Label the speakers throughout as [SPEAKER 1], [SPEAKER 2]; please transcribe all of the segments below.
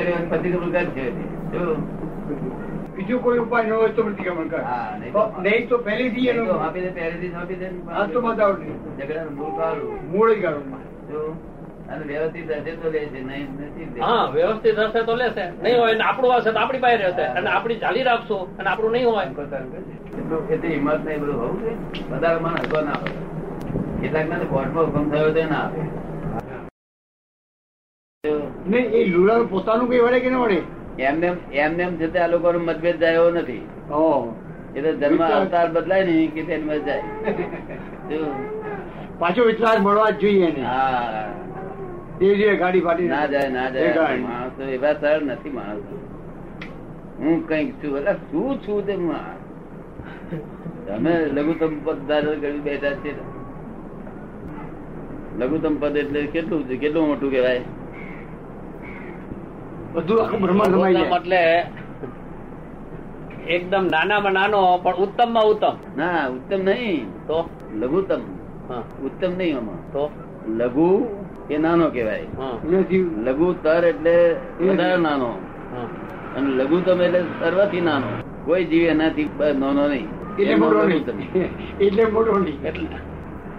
[SPEAKER 1] એનું પ્રતિક્રમણ કરશે. શું?
[SPEAKER 2] બીજો કોઈ ઉપાય ન હોય તો પ્રતિક્રમણ કર
[SPEAKER 1] હા, નહીં તો-
[SPEAKER 2] નહીં તો પહેલેથી
[SPEAKER 1] એ તો
[SPEAKER 2] એનો
[SPEAKER 1] આપી દે, પહેલેથી જ આપી દે ને.
[SPEAKER 2] આ તો બતાવ નહીં
[SPEAKER 1] ઝઘડાનું મૂળ કાઢવું.
[SPEAKER 2] મૂળ જ ગાળો.
[SPEAKER 1] શું? અને વ્યવસ્થિત હશે તો લે છે નહીં નથી લેતી.
[SPEAKER 3] હા વ્યવસ્થિત હશે તો લેશે નહીં હોય ને આપણું હશે તો આપણી પાસે રહેશે અને આપણી ચાલી રાખશું અને આપણું નહીં હોય
[SPEAKER 1] એટલું એટલી હિંમત નહીં બધું હોવું જોઈએ વધારે માણસ હસવા ના આવે કેટલાક ના કોર્ટમાં હુકમ થયો તો ના આવે શું?
[SPEAKER 2] ને એ લુલાનું પોતાનું કઈ વળે કે ન વળે
[SPEAKER 1] એમને એમ- એમને એમ છતાં આ લોકોનો મતભેદ જાય એવો નથી
[SPEAKER 2] હો.
[SPEAKER 1] એ તો ધર્મ અવતાર બદલાય ને કે તેની મત જાય શું?
[SPEAKER 2] પાછો વિચાર મળવા જ જોઈએ એને
[SPEAKER 1] હા
[SPEAKER 2] તે જે ગાડી ફાટી
[SPEAKER 1] ના જાય ના
[SPEAKER 2] એ
[SPEAKER 1] જાય
[SPEAKER 2] કાંઈ.
[SPEAKER 1] માણસ તો એવા સરળ નથી માણસ હું કઈક છું એટલે શું છું તે મા- તમે લઘુત્તમ પદ ધારણ કરી બેઠા છે લઘુત્તમ પદ એટલે કેટલું છે? કેટલું મોટું કહેવાય
[SPEAKER 2] બધું આખું બ્રહ્માંડ રમાઈ
[SPEAKER 3] ઉત્તમ
[SPEAKER 2] જાય
[SPEAKER 3] એટલે એકદમ નાનામાં નાનો પણ ઉત્તમમાં ઉત્તમ
[SPEAKER 1] ના ઉત્તમ નહીં
[SPEAKER 3] તો
[SPEAKER 1] લઘુત્તમ
[SPEAKER 3] હા
[SPEAKER 1] ઉત્તમ નહીં આમાં
[SPEAKER 3] તો
[SPEAKER 1] લઘુ એ નાનો કહેવાય
[SPEAKER 3] હા
[SPEAKER 2] એનાથી
[SPEAKER 1] લઘુતર એટલે વધારે નાનો
[SPEAKER 3] હા.
[SPEAKER 1] અને લઘુત્તમ એટલે સર્વથી નાનો કોઈ જીવ એનાથી બ- નાનો નહીં
[SPEAKER 2] એટલે
[SPEAKER 1] એનો
[SPEAKER 2] મોટો
[SPEAKER 1] લઘુત્તમ.
[SPEAKER 2] નહીં એટલે મોટો નહીં
[SPEAKER 3] એટલે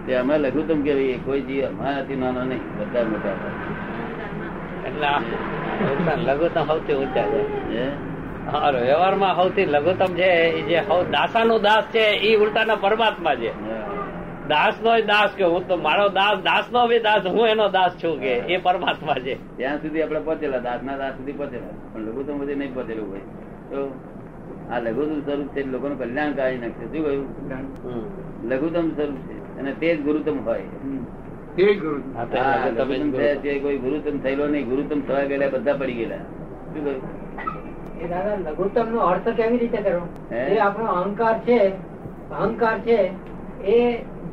[SPEAKER 1] તે અમે લઘુત્તમ કહેવાય કોઈ જીવ અમારાથી નાનો નહીં બધા મોટા હોય.
[SPEAKER 3] એટલે આ ઉત્તમ, લઘુત્તમ સૌથી ઊંચા છે
[SPEAKER 1] હે?
[SPEAKER 3] હારો, વ્યવહારમાં સૌથી લઘુત્તમ છે એ જે સૌ દાસાનો દાસ છે એ ઉલટાના પરમાત્મા છે
[SPEAKER 1] હા.
[SPEAKER 3] દાસ નો દાસ કે હું તો મારો દાસ દાસ નો બી દાસ હું એનો દાસ છું કે એ પરમાત્મા છે
[SPEAKER 1] ત્યાં સુધી આપણે પહોંચેલા દાસના દાસ સુધી પહોંચેલા પણ લઘુત્તમ સુધી નહીં પહોંચેલું હોય તો આ લઘુત્તમ સ્વરૂપ છે એ લોકોનું કલ્યાણ કાઢી નાખશે શું કહ્યું
[SPEAKER 3] હમ.
[SPEAKER 1] લઘુત્તમ સ્વરૂપ છે અને તે જ ગુરુત્તમ હોય
[SPEAKER 2] હમ. તે જ ગુરુ
[SPEAKER 3] હા, તો એ
[SPEAKER 1] હા,
[SPEAKER 3] લઘુત્તમ જ
[SPEAKER 1] લઘુત્તમ
[SPEAKER 3] ગુરુ.
[SPEAKER 1] થયા છે કોઈ ગુરુત્તમ થયેલો નહીં ગુરુત્તમ થવા ગયેલા બધા પડી ગયેલા શું કહ્યું
[SPEAKER 4] એ દાદા લઘુત્તમ નો અર્થ કેવી રીતે કરવો
[SPEAKER 1] હે?
[SPEAKER 4] એ આપણો અહંકાર છે અહંકાર છે એ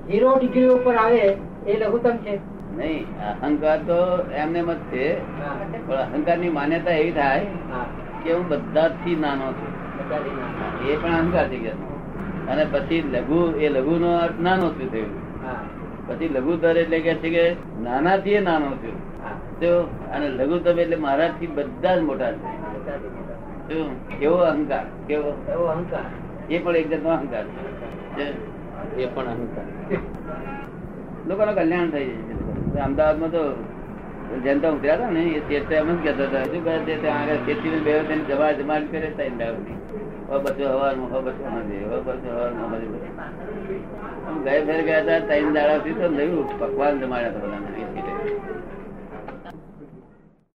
[SPEAKER 4] ઝીરો ડિગ્રી ઉપર આવે એ લઘુત્તમ છે
[SPEAKER 1] નહીં અહંકાર તો એમને મત છે
[SPEAKER 4] હા.
[SPEAKER 1] પણ અહંકારની માન્યતા એવી થાય
[SPEAKER 4] હા.
[SPEAKER 1] કે હું બધાથી નાનો છું
[SPEAKER 4] બધાથી નાનો.
[SPEAKER 1] એ પણ અહંકાર થઈ ગયો અને પછી લઘુ એ લઘુનો અર્થ નાનો શું થયું
[SPEAKER 4] હા.
[SPEAKER 1] પછી લઘુતર એટલે કે છે કે નાનાથી એ નાનો છું
[SPEAKER 4] હા.
[SPEAKER 1] તો અને લઘુત્તમ એટલે મારાથી બધા જ મોટા છે
[SPEAKER 4] બધાથી નાનો.
[SPEAKER 1] તો એવો અહંકાર કેવો
[SPEAKER 4] એવો અહંકાર
[SPEAKER 1] એ પણ એક જાતનો અહંકાર છે જે
[SPEAKER 3] એ પણ અહંકાર
[SPEAKER 1] લોકોનું કલ્યાણ થઈ જાય છે અમદાવાદમાં તો જનતા ઉતર્યા હતા ને એ શેઠ તો એમ જ કહેતા હતા શું કહે છે ત્યાં આગળ શેઠીને બે વખત જવા જમાડ કરે ત્યાં અમદાવાદની હવે બસો હવારમાં હવે બસો નથી હવે બસો હવારમાં હવે બસો. આમ ગયે ફેર ગયા હતા ત્રણ દાડા સુધી તો નયું પકવાન જમાડ્યા હતા બધાને એ શેઠે.